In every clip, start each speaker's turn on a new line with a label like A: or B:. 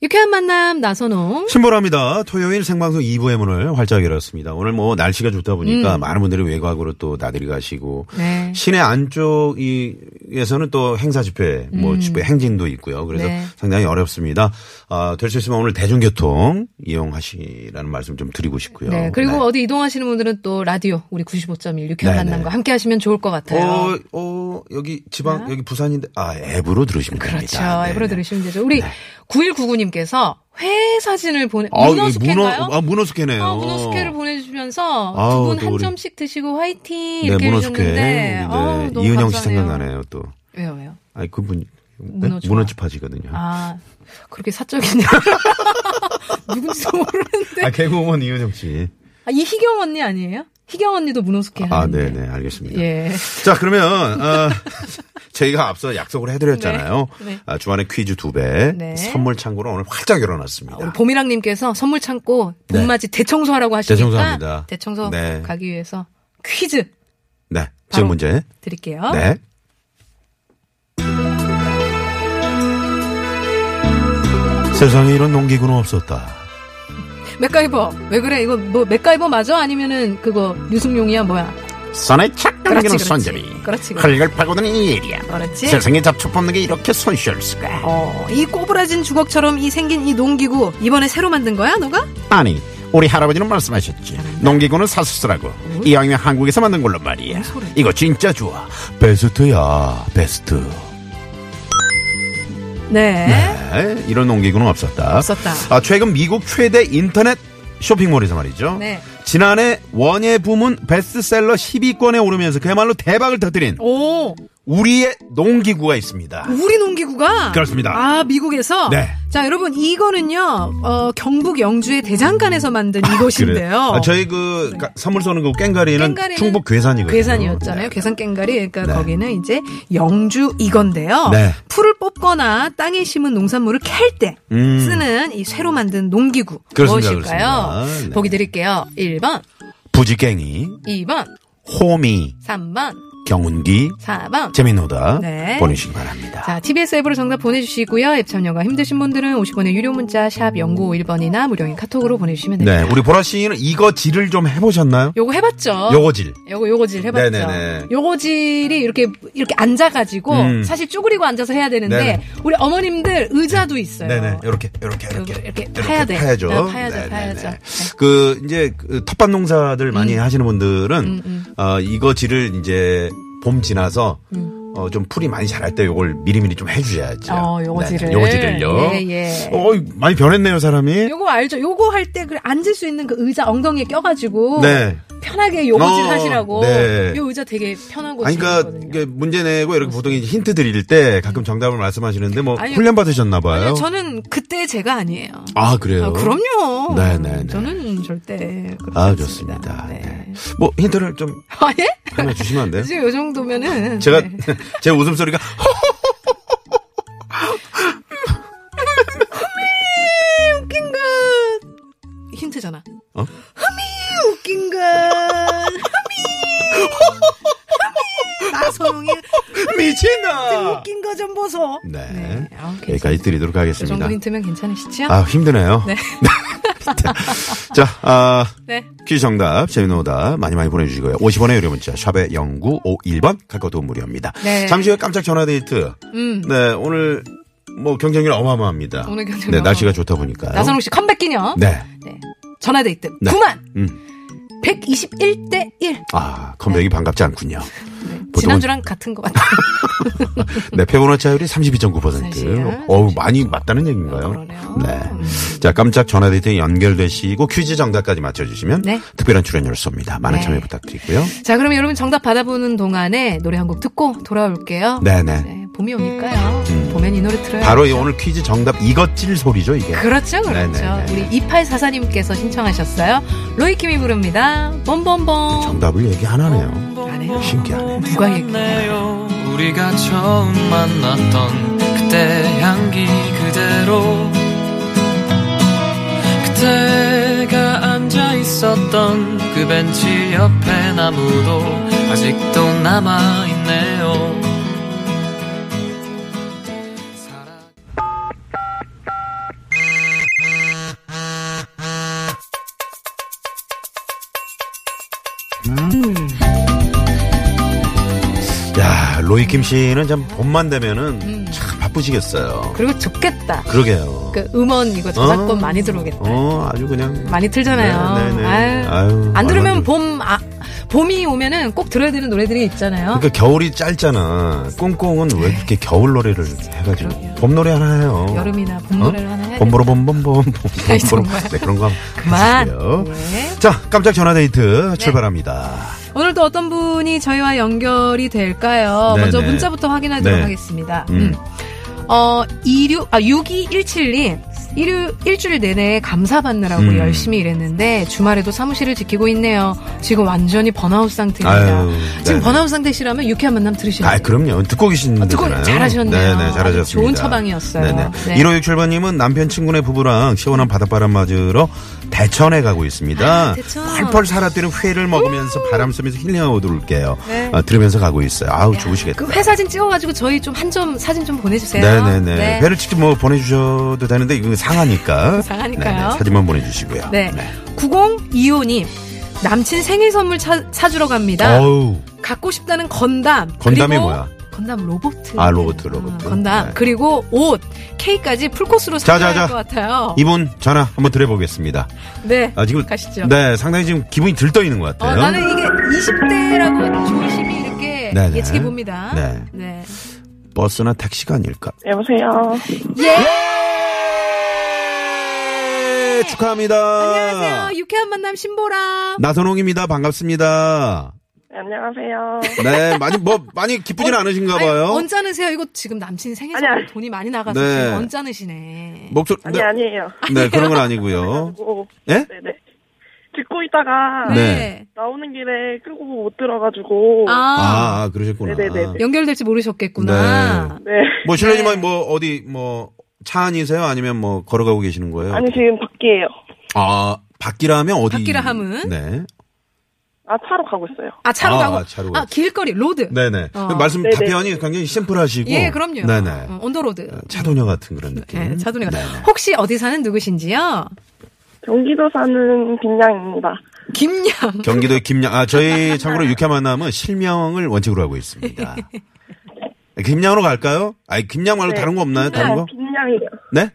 A: 유쾌한 만남 나선홍.
B: 신보라입니다. 토요일 생방송 2부의 문을 활짝 열었습니다. 오늘 뭐 날씨가 좋다 보니까
A: 음.
B: 많은 분들이 외곽으로 또 나들이 가시고
A: 네.
B: 시내 안쪽에서는 또 행사 집회, 뭐 집회 행진도 있고요. 그래서
A: 음. 네.
B: 상당히 어렵습니다. 아, 될 수 있으면 오늘 대중교통 이용하시라는 말씀 좀 드리고 싶고요.
A: 네. 그리고
B: 네.
A: 어디 이동하시는 분들은 또 라디오 우리 95.1 유쾌한
B: 네,
A: 만남과
B: 네.
A: 함께 하시면 좋을 것 같아요. 네.
B: 어, 어, 여기 지방, 여기 부산인데, 아, 앱으로 들으시면
A: 그렇죠.
B: 됩니다. 네,
A: 앱으로
B: 네.
A: 들으시면 되죠. 우리 9199님께서 회 사진을 보내
B: 아,
A: 문어 스캔가요?
B: 문어, 아, 문어 스캔이에요.
A: 어, 문어 스케를 보내주시면서
B: 아우,
A: 두 분
B: 또
A: 한
B: 우리-
A: 점씩 드시고 화이팅
B: 네,
A: 이렇게
B: 문어 스캔.
A: 해주셨는데
B: 네.
A: 아우, 너무
B: 이은영 씨
A: 감사하네요.
B: 생각나네요, 또.
A: 왜요 왜요?
B: 아니 그분 네?
A: 문어 좋아.
B: 문어집 하시거든요.
A: 아
B: 아,
A: 그렇게 사적인 얘기 누군지도 모르는데
B: 아, 개그우먼 이은영 씨.
A: 아, 이 희경 언니 아니에요? 희경 언니도 문어 스케
B: 아,
A: 하는데.
B: 네, 네, 알겠습니다.
A: 예.
B: 자, 그러면 어, 저희가 앞서 약속을 해드렸잖아요.
A: 네, 네.
B: 아, 주간에 퀴즈 두 배,
A: 네. 아,
B: 선물 창고를 오늘 활짝 열어놨습니다.
A: 우리 보미랑님께서 선물 창고 봄맞이 대청소하라고 하시니까
B: 네. 대청소합니다.
A: 대청소
B: 네.
A: 가기 위해서 퀴즈
B: 네, 지금 문제.
A: 드릴게요.
B: 네. 세상에 이런 농기구는 없었다.
A: 맥가이버 왜 그래? 이거 뭐 맥가이버 맞아? 아니면은 그거 유승용이야 뭐야?
B: 선에 착
A: 그렇지,
B: 당기는
A: 그렇지.
B: 손잡이.
A: 그렇지, 그렇지.
B: 흙을 파고드는 이 예리함.
A: 그렇지.
B: 세상에 잡초 뽑는 게 이렇게 손쉬울 수가.
A: 어, 이 꼬부라진 주걱처럼 이 생긴 이 농기구 이번에 새로 만든 거야, 너가?
B: 아니 우리 할아버지는 말씀하셨지 농기구는 사수스라고 이왕이면 한국에서 만든 걸로 말이야 이거 진짜 좋아 베스트야 베스트
A: 네.
B: 에? 이런 농기구는 없었다
A: 없었다.
B: 아, 최근 미국 최대 인터넷 쇼핑몰에서 말이죠
A: 네.
B: 지난해 원예 부문 베스트셀러 10위권에 오르면서 그야말로 대박을 터뜨린
A: 오,
B: 우리의 농기구가 있습니다
A: 우리 농기구가
B: 그렇습니다.
A: 아, 미국에서
B: 네.
A: 자, 여러분 이거는요. 어, 경북 영주의 대장간에서 만든 이곳인데요. 네.
B: 그래요? 아, 저희 그 가- 선물 쏘는 그 꽹가리는
A: 꽹가리는
B: 충북 괴산이거든요
A: 괴산이었잖아요.
B: 네.
A: 괴산 깽가리. 그러니까
B: 네.
A: 거기는 이제 영주 이건데요.
B: 네.
A: 풀을 뽑거나 땅에 심은 농산물을 캘 때
B: 음.
A: 쓰는 이 쇠로 만든 농기구
B: 그렇습니다,
A: 무엇일까요?
B: 그렇습니다. 네.
A: 보기 드릴게요. 1번,
B: 부지깽이
A: 2번,
B: 호미
A: 3번,
B: 경운기
A: 4번.
B: 재미노다
A: 네.
B: 보내시기 바랍니다.
A: 자, TBS 앱으로 정답 보내주시고요. 앱 참여가 힘드신 분들은 50원의 유료 문자 샵 0951번이나 무료인 카톡으로 보내주시면 됩니다.
B: 네, 우리 보라 씨는 이거질을 좀 해보셨나요?
A: 요거 해봤죠?
B: 요거질.
A: 요거 요거질 해봤죠.
B: 네네네.
A: 요거질이 이렇게 이렇게 앉아가지고
B: 음.
A: 사실 쭈그리고 앉아서 해야 되는데
B: 네네.
A: 우리 어머님들 의자도 있어요.
B: 네네, 이렇게 이렇게
A: 요렇게,
B: 이렇게
A: 이렇게 파야 돼.
B: 파야죠.
A: 네, 파야죠,
B: 네네네.
A: 파야죠. 네.
B: 그 이제 그 텃밭 농사들 많이 하시는 분들은
A: 음.
B: 어, 이거질을 이제 봄 지나서 어, 좀 풀이 많이 자랄 때 요걸 미리미리 좀 해주셔야죠.
A: 음. 어, 요거질을.
B: 네네, 요거질을요.
A: 예, 예.
B: 어, 많이 변했네요 사람이.
A: 요거 알죠? 요거 할 때 그 앉을 수 있는 그 의자 엉덩이에 껴가지고
B: 네.
A: 편하게 요거질
B: 어,
A: 하시라고.
B: 네.
A: 요 의자 되게 편하고
B: 아니, 그러니까
A: 재밌거든요.
B: 이게 문제 내고 이렇게 보통 이제 힌트 드릴 때 가끔 정답을 말씀하시는데 뭐
A: 아니요.
B: 훈련 받으셨나 봐요.
A: 아니요, 저는 그때 제가 아니에요.
B: 아 그래요?
A: 아, 그럼요.
B: 네네네.
A: 저는 절대. 그렇지
B: 아,
A: 않습니다.
B: 좋습니다.
A: 네.
B: 네. 뭐 힌트를 좀
A: 아, 예?
B: 하나 주시면 안 돼요?
A: 지금 요 정도면은.
B: 제가
A: 네.
B: 제 웃음소리가
A: 웃긴 건 힌트잖아.
B: 어?
A: 흠이 웃긴 건 흠이 흠이 나선홍이
B: 미친다.
A: 웃긴 거 좀 보소.
B: 네.
A: 아, 괜찮아요.
B: 여기까지 드리도록
A: 이
B: 하겠습니다.
A: 그 정도 힌트면 괜찮으시죠?
B: 아 힘드네요.
A: 네.
B: 자, 아,
A: 네.
B: 퀴즈 정답 재미난 오다 많이 많이 보내주시고요. 50원의 유료 문자 샵의 0951번 카카오 돈 무료입니다.
A: 네.
B: 잠시 후에 깜짝 전화 데이트.
A: 음.
B: 네 오늘 뭐 경쟁률 어마어마합니다.
A: 오늘 경쟁률
B: 네 날씨가
A: 어마어마.
B: 좋다 보니까.
A: 나선홍 씨 컴백 기념.
B: 네.
A: 네. 전화데이트
B: 네.
A: 9만
B: 음.
A: 121대 1.
B: 아 컴백이
A: 네.
B: 반갑지 않군요.
A: 지난주랑 같은 것 같아요.
B: 네, 페보나차율이 32.9%.
A: 사실은
B: 어우, 많이 맞다는 얘기인가요?
A: 아, 그러네요. 음.
B: 네. 자, 깜짝 전화데이트에 연결되시고 퀴즈 정답까지 맞춰주시면
A: 네.
B: 특별한 출연료를 쏩니다. 많은
A: 네.
B: 참여 부탁드리고요.
A: 자, 그럼 여러분 정답 받아보는 동안에 노래 한 곡 듣고 돌아올게요.
B: 네네. 음.
A: 봄이 오니까요. 봄엔 이 노래 틀어요.
B: 바로 이 오늘 퀴즈 정답 이것질 소리죠, 이게.
A: 네. 그렇죠, 그렇죠.
B: 예. 네네네.
A: 우리 2844님께서 신청하셨어요. 로이킴이 부릅니다. 아, bombombom.
B: 정답을 얘기 안 하네요.
A: 안 해요.
B: 신기하네.
A: 누가 얘기?
C: 우리가 처음 만났던 그때 향기가
D: 앉았던 그 벤치 옆에 나무도 아직도 남아있네요.
B: 야, 로이킴 씨는 참 봄만 되면은
A: 음.
B: 참 바쁘시겠어요.
A: 그리고 좋겠다.
B: 그러게요.
A: 그 음원 이거 저작권
B: 어.
A: 많이 들어오겠다.
B: 어, 아주 그냥.
A: 많이 틀잖아요.
B: 네, 네, 네.
A: 아유,
B: 아유,
A: 안
B: 얼마나-
A: 들으면 봄 아, 봄이 오면은 꼭 들어야 되는 노래들이 있잖아요.
B: 그러니까 겨울이 짧잖아. 꽁꽁은 왜 이렇게 겨울 노래를 해가지고
A: 네. 그러게요.
B: 봄 노래 하나 해요. 어?
A: 여름이나 봄 노래를 하나 해야 돼.
B: 봄보로 봄봄봄
A: 아이,
B: 봄보로
A: 정말.
B: 네, 그런 거
A: 그만.
B: 하시고요.
A: 네.
B: 자 깜짝 전화 데이트 출발합니다.
A: 오늘 또 어떤 분이 저희와 연결이 될까요?
B: 네,
A: 먼저
B: 네.
A: 문자부터 확인하도록
B: 네.
A: 하겠습니다.
B: 음.
A: 어, 26, 아, 6217님. 일요, 일주일 내내 감사받느라고
B: 음.
A: 열심히 일했는데 주말에도 사무실을 지키고 있네요. 지금 완전히 번아웃 상태입니다.
B: 아유,
A: 지금
B: 네네.
A: 번아웃 상태시라면 유쾌한 만남 들으시면
B: 아 그럼요 듣고 계신
A: 듣고
B: 거잖아요.
A: 잘하셨네요.
B: 네네 잘하셨습니다.
A: 아주 좋은 처방이었어요.
B: 네네.
A: 네.
B: 1567번님은 남편 친구네 부부랑 시원한 바닷바람 맞으러 대천에 가고 있습니다.
A: 아, 대천.
B: 펄펄 살아뛰는 회를 먹으면서 바람 쐬면서 힐링하고 들을게요.
A: 네.
B: 어, 들으면서 가고 있어요. 아우 좋으시겠다.
A: 그 회사진 찍어가지고 저희 좀 한 점 사진 좀 보내주세요.
B: 네. 네네네.
A: 네.
B: 회를 직접 뭐 보내주셔도 되는데 이거 상하니까.
A: 상하니까요.
B: 네네, 사진만 보내주시고요.
A: 네. 9025님 남친 생일 선물 차, 사주러 갑니다.
B: 어우
A: 갖고 싶다는 건담.
B: 건담이
A: 그리고
B: 뭐야?
A: 건담 로봇.
B: 아, 로봇, 로봇.
A: 아, 건담.
B: 네.
A: 그리고 옷, 케이크까지 풀코스로
B: 자,
A: 사야
B: 자,
A: 할
B: 자.
A: 것 같아요.
B: 이분 전화 한번 드려보겠습니다.
A: 네.
B: 아 지금
A: 가시죠.
B: 네 상당히 지금 기분이 들떠 있는 것
A: 어,
B: 같아요.
A: 나는 이게 20대라고 조심히 이렇게
B: 네네.
A: 예측해 봅니다.
B: 네. 버스나 택시가 아닐까.
E: 여보세요.
A: 네!
B: 예! 축하합니다.
A: 안녕하세요. 유쾌한 만남 신보라.
B: 나선홍입니다. 반갑습니다.
E: 네, 안녕하세요.
B: 네, 많이 뭐 많이 기쁘진
A: 어,
B: 않으신가 봐요.
A: 언짢으세요. 이거 지금 남친 생일
E: 아니,
A: 선물
E: 아니.
A: 돈이 많이 나가서
B: 네.
A: 지금 언짢으시네.
B: 목소리
E: 아니
B: 네,
E: 아니에요.
B: 네, 그런 건 아니고요.
E: 오,
B: 예?
E: 네네. 듣고 있다가
B: 네.
E: 나오는 길에 끄고 못 들어가지고
A: 아,
B: 아, 아, 그러셨구나.
E: 네네네네.
A: 연결될지 모르셨겠구나.
E: 네.
B: 뭐 실례지만 뭐 어디 뭐 차 안이세요? 아니면 뭐 걸어가고 계시는 거예요?
E: 아니 지금 밖이에요.
B: 아, 밖이라 하면 어디?
A: 밖이라 함은?
B: 네.
E: 아 차로 가고 있어요.
A: 아, 차로
B: 아,
A: 가고.
B: 아, 차로
A: 아,
B: 가고.
A: 길거리, 로드.
B: 네네.
A: 어.
B: 말씀
E: 네네.
B: 답변이 굉장히 심플하시고.
A: 예, 그럼요.
B: 네네.
A: 어, 언더로드.
B: 차도녀 같은 그런 느낌.
A: 네, 차도네가.
B: 네네.
A: 혹시 어디 사는 누구신지요?
E: 경기도 사는 빈양입니다.
A: 김양.
B: 경기도의 김양. 아, 저희 참고로 육회 만남은 실명을 원칙으로 하고 있습니다.
A: 예.
B: 네, 김양으로 갈까요? 아니, 김양 말고
E: 네.
B: 다른 거 없나요? 다른 거?
E: 빈양이요.
B: 네?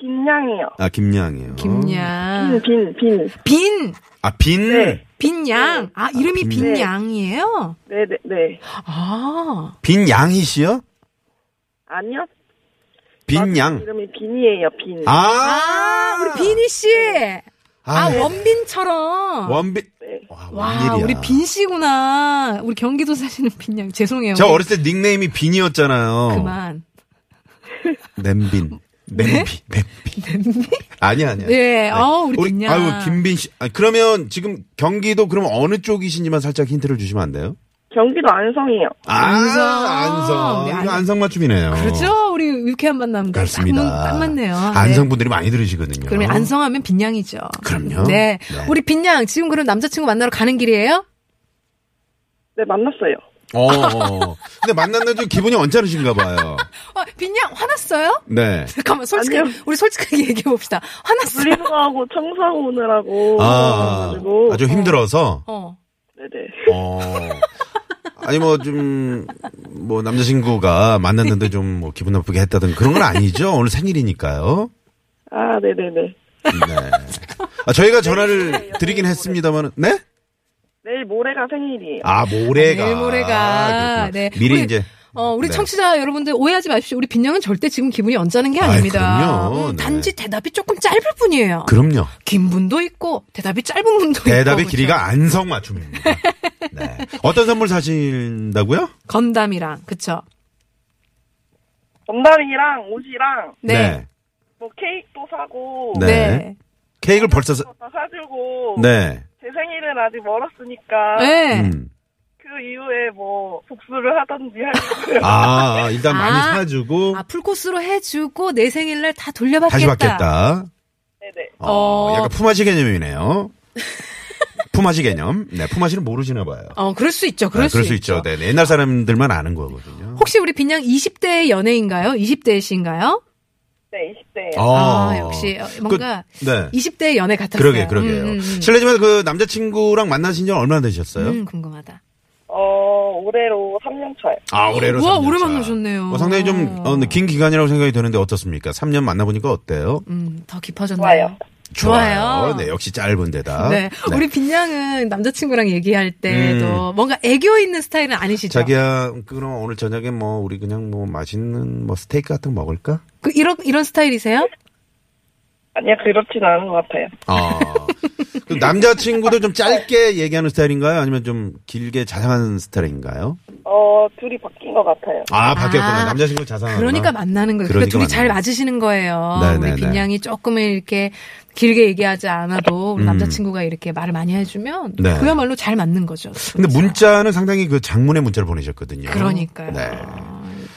E: 빈양이요.
B: 아, 김양이요.
A: 김양.
E: 빈, 빈.
A: 빈.
B: 아, 빈?
E: 네.
A: 빈양. 아, 이름이 빈양이에요?
E: 네네네.
A: 아.
B: 빈양희 씨요?
E: 아니요.
B: 빈양.
E: 이름이 빈이에요. 빈.
B: 아! 네.
A: 아, 우리 빈이 씨. 아, 원빈처럼.
B: 원빈.
E: 네.
B: 와,
A: 와,
B: 웬일이야.
A: 우리 빈 씨구나. 우리 경기도 사시는 빈양. 죄송해요.
B: 저 어렸을 때 닉네임이 빈이었잖아요.
A: 그만. 네?
B: 냄빈. 냄비. 냄비. 아니, 아니.
A: 예, 어, 우리
B: 네. 우리,
A: 빈양.
B: 아유, 김빈 씨. 아, 그러면 지금 경기도 그럼 어느 쪽이신지만 살짝 힌트를 주시면 안 돼요?
E: 경기도 안성이요.
B: 아,
A: 안성.
B: 안성.
A: 네, 안-
B: 이거 안성 맞춤이네요.
A: 그렇죠? 우리 유쾌한 만남.
B: 그렇습니다.
A: 딱, 맞- 딱 맞네요.
B: 안성
A: 네.
B: 분들이 많이 들으시거든요.
A: 그러면 안성하면 빈양이죠.
B: 그럼요.
A: 네.
B: 네.
A: 우리 빈양, 지금 그럼 남자친구 만나러 가는 길이에요?
E: 네 만났어요.
B: 어, 어. 근데 만난 날좀 기분이 언짢으신가 봐요.
A: 어, 빈양, 화났어요?
B: 네.
A: 잠깐만, 솔직하게,
E: 아니요.
A: 우리 솔직하게 얘기해봅시다. 화났어요?
E: 분리수거하고 청소하고 오느라고
B: 아,
E: 그래가지고
B: 아주 힘들어서.
A: 어.
E: 네네.
B: 어. 아니 뭐 좀 뭐 남자친구가 만났는데 좀 뭐 기분 나쁘게 했다든 그런 건 아니죠. 오늘 생일이니까요.
E: 아, 네네네.
B: 네.
A: 네,
B: 아, 저희가 전화를 드리긴 했습니다만, 네?
E: 내일 모레가 생일이에요.
B: 아 모레가.
A: 내일 네, 모레가.
B: 그렇구나.
A: 네.
B: 미리
A: 우리-
B: 이제.
A: 어, 우리
B: 네.
A: 청취자 여러분들 오해하지 마십시오. 우리 빈양은 절대 지금 기분이 언짢은 게
B: 아이,
A: 아닙니다.
B: 그럼요. 네.
A: 단지 대답이 조금 짧을 뿐이에요.
B: 그럼요.
A: 긴 분도 있고, 대답이 짧은 분도 있고.
B: 대답의
A: 그렇죠?
B: 길이가 안성 맞춤입니다. 네. 어떤 선물 사신다고요?
A: 건담이랑, 그쵸?
E: 건담이랑 옷이랑
A: 네.
E: 뭐 케이크도 사고 뭐
B: 네. 케이크를 벌써 사...
E: 다 사주고
B: 네.
E: 제 생일은 아직 멀었으니까
A: 네.
B: 음.
E: 그 이후에 뭐 복수를 하던지 하려고요.
B: 아, 아, 일단 많이
A: 아.
B: 사주고
A: 아, 풀코스로 해주고 내 생일날 다 돌려받겠다.
B: 다시 받겠다.
E: 네네.
B: 어,
A: 어.
B: 약간 품앗이 개념이네요. 품앗이 개념. 네, 품앗이는 모르시나 봐요.
A: 어, 그럴 수 있죠. 그럴,
B: 네, 그럴 수 있죠. 네, 네. 옛날 사람들만 아는 거거든요.
A: 혹시 우리 빈양 20대의 연애인가요? 20대의 시인가요?
E: 네, 20대예요.
A: 아, 역시 뭔가
B: 그, 네.
A: 20대의 연애 같았어요.
B: 그러게, 그러게요.
A: 음, 음, 음.
B: 실례지만 그 남자친구랑 만나신 지는 얼마나 되셨어요?
A: 음, 궁금하다.
E: 어, 올해로 3년 차예요.
B: 아, 올해로.
A: 우와,
B: 3년
A: 오래
B: 차.
A: 만나셨네요.
B: 어, 상당히 좀, 어, 긴 기간이라고 생각이 되는데 어떻습니까? 3년 만나보니까 어때요?
A: 음, 더 깊어졌나요?
E: 좋아요.
A: 좋아요.
B: 네, 역시 짧은데다.
A: 네. 우리 빈양은 남자친구랑 얘기할 때도 뭔가 애교 있는 스타일은 아니시죠?
B: 음. 자기야, 그럼 오늘 저녁에 뭐, 우리 그냥 뭐, 맛있는 뭐, 스테이크 같은 거 먹을까?
A: 그 이런 이런 스타일이세요?
E: 아니야, 그렇진 않은 것 같아요.
B: 아. 그 남자친구도 좀 짧게 얘기하는 스타일인가요? 아니면 좀 길게 자상한 스타일인가요?
E: 어, 둘이 바뀐 것 같아요.
B: 아, 바뀌었구나.
A: 아,
B: 남자친구 자상한.
A: 그러니까 만나는 거예요. 그러니까
B: 그러니까
A: 둘이 잘
B: 만나는
A: 맞으시는 거예요.
B: 네, 네,
A: 우리
B: 네.
A: 빈양이 조금은 이렇게 길게 얘기하지 않아도 우리 남자친구가 이렇게 말을 많이 해주면
B: 음. 네.
A: 그야말로 잘 맞는 거죠.
B: 근데
A: 그래서.
B: 문자는 상당히 그 장문의 문자를 보내셨거든요.
A: 그러니까요.
B: 네.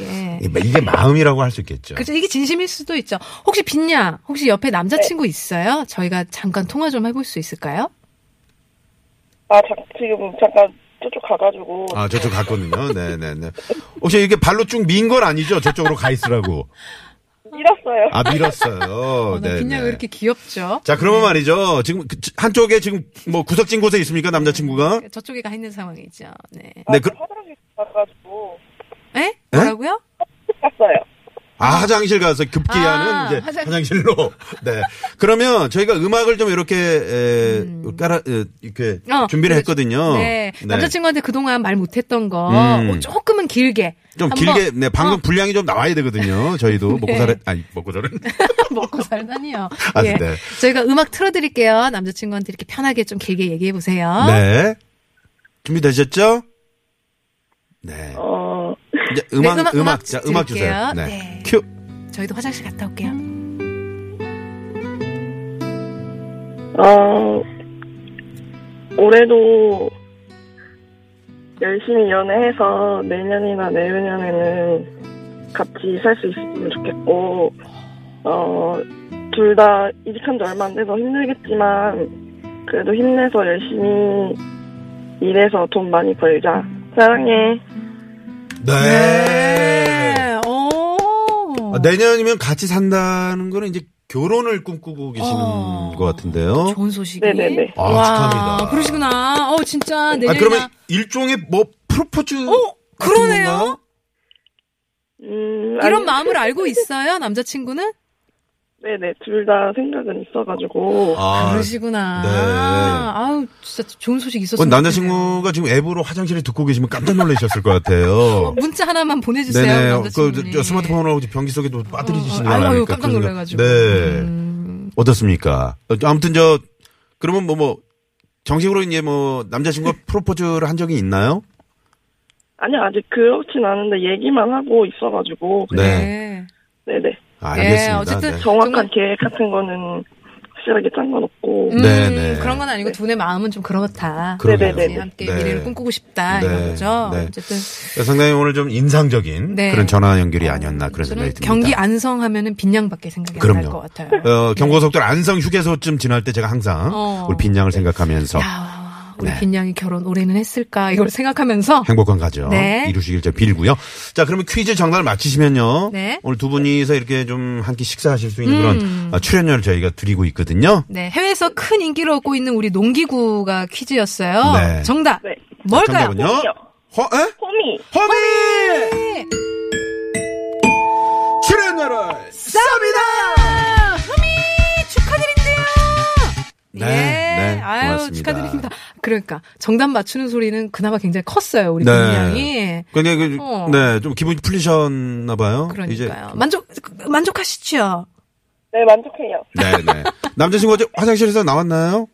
A: 이게
B: 이게 이게 마음이라고 할 수 있겠죠.
A: 그죠 이게 진심일 수도 있죠. 혹시 빈양 혹시 옆에 남자친구 있어요? 저희가 잠깐 통화 좀 해볼 수 있을까요?
E: 아, 자, 지금 잠깐 저쪽 가가지고.
B: 아, 저쪽 갔거든요. 네네네. 혹시 이게 발로 쭉 민 건 아니죠? 저쪽으로 가 있으라고.
E: 잃었어요.
B: 아, 밀었어요.
A: 어, 나
B: 네.
A: 빈양 왜
B: 네.
A: 이렇게 귀엽죠?
B: 자, 그러면 말이죠. 지금 그 한쪽에 지금 뭐 구석진 곳에 있습니까? 남자친구가?
A: 저쪽에 가 있는 상황이죠. 네.
B: 네, 그,
E: 화장실 아, 가가지고.
A: 에? 뭐라고요?
E: 갔어요.
B: 아, 화장실 가서 급기
A: 아,
B: 하는 이제
A: 화장-
B: 화장실... 로 네. 그러면 저희가 음악을 좀 이렇게, 에, 깔아, 에, 이렇게
A: 음. 어, 그렇죠.
B: 준비를 했거든요.
A: 네. 남자친구한테 그동안 말 못했던 거
B: 음.
A: 어, 조금은 길게
B: 좀
A: 한번 어.
B: 길게, 네, 방금 분량이 좀 나와야 되거든요. 저희도 먹고
A: 네.
B: 살아, 아니, 먹고 살아.
A: 먹고 살다니요.
B: 아,
A: 예.
B: 네.
A: 저희가 음악 틀어드릴게요. 남자친구한테 이렇게 편하게 좀 길게 얘기해 보세요.
B: 네. 준비되셨죠? 네.
E: 어,
B: 이제 음악,
A: 네, 음악,
B: 음악,
A: 음악
B: 자, 음악
A: 드릴게요.
B: 주세요.
A: 네.
B: 큐.
A: 저희도 화장실 갔다 올게요.
E: 어, 올해도 열심히 연애해서 내년이나 내후년에는 같이 살 수 있으면 좋겠고, 어, 둘 다 이직한 지 얼마 안 돼서 힘들겠지만, 그래도 힘내서 열심히 일해서 돈 많이 벌자. 사랑해.
B: 네.
A: 오.
B: 아, 내년이면 같이 산다는 거는 이제 결혼을 꿈꾸고 계시는
A: 어.
B: 것 같은데요.
A: 좋은 소식이.
E: 네네네.
B: 아,
A: 와,
B: 축하합니다.
A: 그러시구나. 어, 진짜
B: 아,
A: 내년이나.
B: 그러면 일종의 뭐 프로포즈.
A: 어,
B: 같은
A: 그러네요.
B: 건가?
E: 음,
A: 이런
E: 아니,
A: 마음을 알고 있어요, 남자친구는?
E: 네네, 둘 다 생각은 있어가지고,
B: 아,
A: 그러시구나.
B: 네.
A: 아우, 진짜 좋은 소식
B: 그
A: 있었어요.
B: 남자친구가 지금 앱으로 화장실에 듣고 계시면 깜짝 놀라셨을 것 같아요.
A: 어, 문자 하나만 보내주세요.
B: 네네. 그,
A: 남자친구님.
B: 저 스마트폰으로 변기 속에도 빠뜨리시는
A: 어, 어,
B: 거
A: 아유,
B: 아닙니까?
A: 깜짝
B: 그래서-
A: 놀라가지고.
B: 네.
A: 음,
B: 어떻습니까? 어, 아무튼 저, 그러면 뭐, 뭐, 정식으로 이제 뭐, 남자친구가 프로포즈를 한 적이 있나요?
E: 아니, 아직 그렇진 않은데 얘기만 하고 있어가지고,
A: 네.
E: 네네.
B: 아,
A: 네,
B: 알겠습니다.
A: 어쨌든
B: 네.
E: 정확한
A: 정말-
E: 계획 같은 거는 확실하게 짠 건 없고
A: 음,
B: 네, 네.
A: 그런 건 아니고 두뇌 마음은 좀 그렇다.
B: 그러게요.
E: 네네네.
A: 함께
B: 네.
A: 미래를 꿈꾸고 싶다
B: 네.
A: 이런 거죠.
B: 네.
A: 어쨌든
B: 상당히 오늘 좀 인상적인
A: 네.
B: 그런 전화 연결이 아니었나 그런
A: 저는
B: 생각이 듭니다.
A: 경기 안성하면은 빈양밖에 생각이 안 날
B: 그럼요.
A: 것 같아요.
B: 어, 경고속도로 안성 휴게소쯤 지날 때 제가 항상
A: 어.
B: 우리 빈양을 생각하면서
A: 야, 아, 우리
B: 네.
A: 빈양이 결혼 올해는 했을까 이걸 생각하면서
B: 행복한 가정
A: 네.
B: 이루시길 제가 빌고요. 자, 그러면 퀴즈 정답을 맞히시면요.
A: 네.
B: 오늘 두 분이서 이렇게 좀 한 끼 식사하실 수 있는
A: 음.
B: 그런 어, 출연료를 저희가 드리고 있거든요.
A: 네 해외에서 큰 인기를 얻고 있는 우리 농기구가 퀴즈였어요.
B: 네.
A: 정답
E: 네.
A: 뭘까요?
B: 정답은요? 허, 에?
E: 호미
B: 허미!
A: 네.
B: 출연료를
A: 쌉니다! 흠이 축하드린대요!
B: 네,
A: 예.
B: 네,
A: 아유,
B: 고맙습니다.
A: 축하드립니다. 그러니까, 정답 맞추는 소리는 그나마 굉장히 컸어요, 우리
B: 네.
A: 분량이.
B: 그냥 그,
A: 어.
B: 네, 좀 기분이 풀리셨나 봐요.
A: 그러니까요. 만족, 만족하시죠?
E: 네 만족해요
B: 네, 네. 남자친구 어제 화장실에서 나왔나요?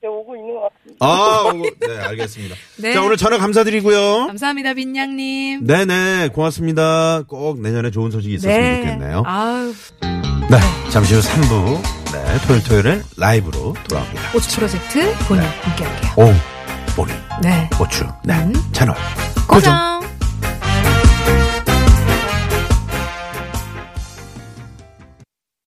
E: 네, 오고 있는 것 같아요
B: 아, 오고- 네, 알겠습니다.
A: 네.
B: 자, 오늘 전화 감사드리고요.
A: 감사합니다, 빈양님.
B: 네, 네, 고맙습니다. 꼭 내년에 좋은 소식이 있었으면 좋겠네요.
A: 아유,
B: 네, 잠시 후 3부, 네, 토요일 토요일에 라이브로 돌아옵니다.
A: 고추 프로젝트 본인 함께 할게요.
B: 오, 오늘
A: 네.
B: 고추, 네,
A: 음.
B: 채널
A: 고정!